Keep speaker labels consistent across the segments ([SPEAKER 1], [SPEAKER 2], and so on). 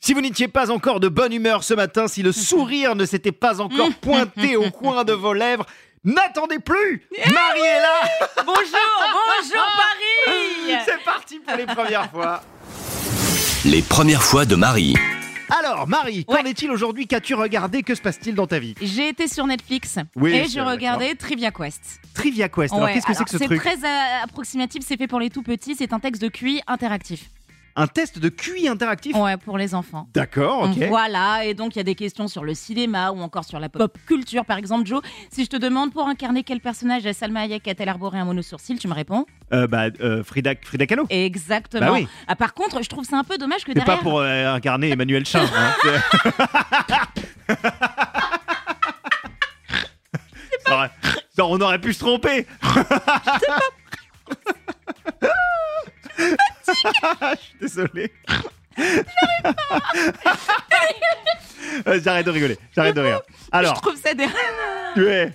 [SPEAKER 1] Si vous n'étiez pas encore de bonne humeur ce matin, si le sourire ne s'était pas encore pointé au coin de vos lèvres, n'attendez plus
[SPEAKER 2] Eh
[SPEAKER 1] Marie est là
[SPEAKER 2] Bonjour, bonjour
[SPEAKER 1] Ah.
[SPEAKER 2] Paris
[SPEAKER 1] C'est parti pour les premières fois
[SPEAKER 3] Les premières fois de Marie.
[SPEAKER 1] Alors, Marie, qu'en
[SPEAKER 2] Ouais.
[SPEAKER 1] est-il aujourd'hui Qu'as-tu regardé Que se passe-t-il dans ta vie
[SPEAKER 2] J'ai été sur Netflix
[SPEAKER 1] Oui,
[SPEAKER 2] et
[SPEAKER 1] c'est
[SPEAKER 2] je
[SPEAKER 1] vrai,
[SPEAKER 2] regardais Trivia Quest.
[SPEAKER 1] Trivia Quest. Alors,
[SPEAKER 2] Ouais,
[SPEAKER 1] qu'est-ce que c'est que ce
[SPEAKER 2] alors,
[SPEAKER 1] truc
[SPEAKER 2] C'est très euh, approximatif, c'est fait pour les tout petits, c'est un texte de QI interactif.
[SPEAKER 1] Un test de QI interactif
[SPEAKER 2] Ouais, pour les enfants.
[SPEAKER 1] D'accord, ok.
[SPEAKER 2] Voilà, et donc il y a des questions sur le cinéma ou encore sur la pop culture. Par exemple, Joe, si je te demande pour incarner quel personnage Salma Hayek a-t-elle arboré un monosourcil, tu me réponds
[SPEAKER 1] Euh, bah, euh, Frida, Frida Kahlo.
[SPEAKER 2] Exactement.
[SPEAKER 1] Bah oui.
[SPEAKER 2] Ah, par contre, je trouve ça un peu dommage que
[SPEAKER 1] C'est
[SPEAKER 2] derrière.
[SPEAKER 1] pas pour euh, incarner Emmanuel Chin. hein. C'est- Ça aurait- ça, on aurait pu se tromper. Je suis désolé. Euh, J'arrête de rigoler. J'arrête de rire.
[SPEAKER 2] Je
[SPEAKER 1] Alors,
[SPEAKER 2] trouve ça derrière.
[SPEAKER 1] tu es.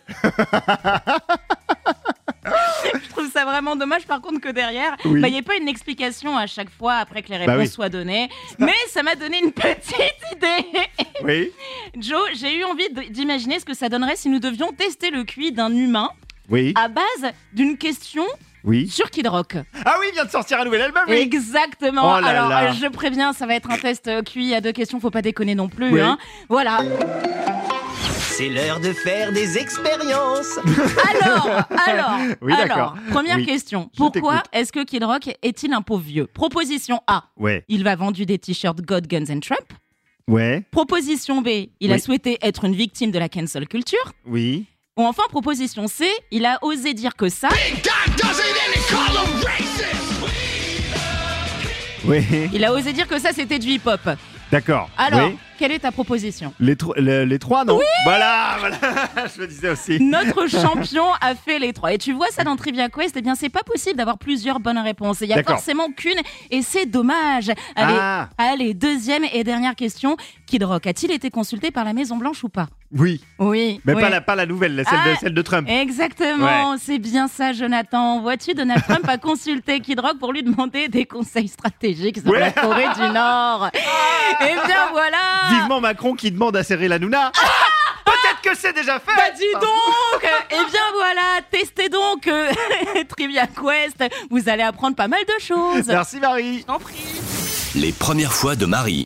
[SPEAKER 2] Je trouve ça vraiment dommage, par contre, que derrière, bah, il
[SPEAKER 1] Oui.
[SPEAKER 2] n'y ait pas une explication à chaque fois après que les
[SPEAKER 1] Bah
[SPEAKER 2] réponses
[SPEAKER 1] oui.
[SPEAKER 2] soient données. Mais ça m'a donné une petite idée.
[SPEAKER 1] Oui.
[SPEAKER 2] Joe, j'ai eu envie d- d'imaginer ce que ça donnerait si nous devions tester le QI d'un humain
[SPEAKER 1] Oui.
[SPEAKER 2] à base d'une question
[SPEAKER 1] Oui.
[SPEAKER 2] sur Kid Rock.
[SPEAKER 1] Ah oui, il vient de sortir un nouvel album. Ah Oui.
[SPEAKER 2] Exactement.
[SPEAKER 1] Oh là
[SPEAKER 2] Alors,
[SPEAKER 1] là.
[SPEAKER 2] euh, je préviens, ça va être un test euh, QI à deux questions, faut pas déconner non plus.
[SPEAKER 1] Oui.
[SPEAKER 2] hein. Voilà.
[SPEAKER 4] C'est l'heure de faire des expériences.
[SPEAKER 2] Alors, alors,
[SPEAKER 1] Oui,
[SPEAKER 2] alors,
[SPEAKER 1] d'accord.
[SPEAKER 2] première
[SPEAKER 1] Oui.
[SPEAKER 2] question.
[SPEAKER 1] Je
[SPEAKER 2] Pourquoi
[SPEAKER 1] t'écoute.
[SPEAKER 2] est-ce que Kid Rock est-il un pauvre vieux Proposition A.
[SPEAKER 1] Ouais.
[SPEAKER 2] Il va vendu des t-shirts God, Guns and Trump.
[SPEAKER 1] Ouais.
[SPEAKER 2] Proposition B. Il a
[SPEAKER 1] Oui.
[SPEAKER 2] souhaité être une victime de la cancel culture.
[SPEAKER 1] Oui.
[SPEAKER 2] Ou enfin, proposition C. Il a osé dire que ça.
[SPEAKER 1] Oui.
[SPEAKER 2] Il a osé dire que ça, c'était du hip-hop.
[SPEAKER 1] D'accord.
[SPEAKER 2] Alors,
[SPEAKER 1] Oui.
[SPEAKER 2] quelle est ta proposition
[SPEAKER 1] Les, tro- le- les trois, non Voilà, voilà, je me disais aussi.
[SPEAKER 2] Notre champion a fait les trois. Et tu vois ça dans Trivia Quest, eh bien c'est pas possible d'avoir plusieurs bonnes réponses. Il y a
[SPEAKER 1] D'accord.
[SPEAKER 2] forcément qu'une et c'est dommage. Allez,
[SPEAKER 1] Ah.
[SPEAKER 2] allez, deuxième et dernière question. Kid Rock a-t-il été consulté par la Maison Blanche ou pas
[SPEAKER 1] Oui,
[SPEAKER 2] Oui.
[SPEAKER 1] mais
[SPEAKER 2] oui.
[SPEAKER 1] Pas, la, pas la nouvelle, la- celle,
[SPEAKER 2] Ah.
[SPEAKER 1] de, celle de Trump.
[SPEAKER 2] Exactement, c'est bien ça, Jonathan. Vois-tu, Donald Trump a consulté Kid Rock pour lui demander des conseils stratégiques sur
[SPEAKER 1] Ouais. Ah.
[SPEAKER 2] la Corée du Nord. Eh bien voilà.
[SPEAKER 1] Vivement Macron qui demande à serrer la Nouna.
[SPEAKER 2] Ah.
[SPEAKER 1] Peut-être que c'est déjà fait
[SPEAKER 2] Bah dis donc Eh bien voilà, testez donc euh, Trivia Quest, vous allez apprendre pas mal de choses.
[SPEAKER 1] Merci Marie
[SPEAKER 2] Je t'en prie.
[SPEAKER 3] Les premières fois de Marie.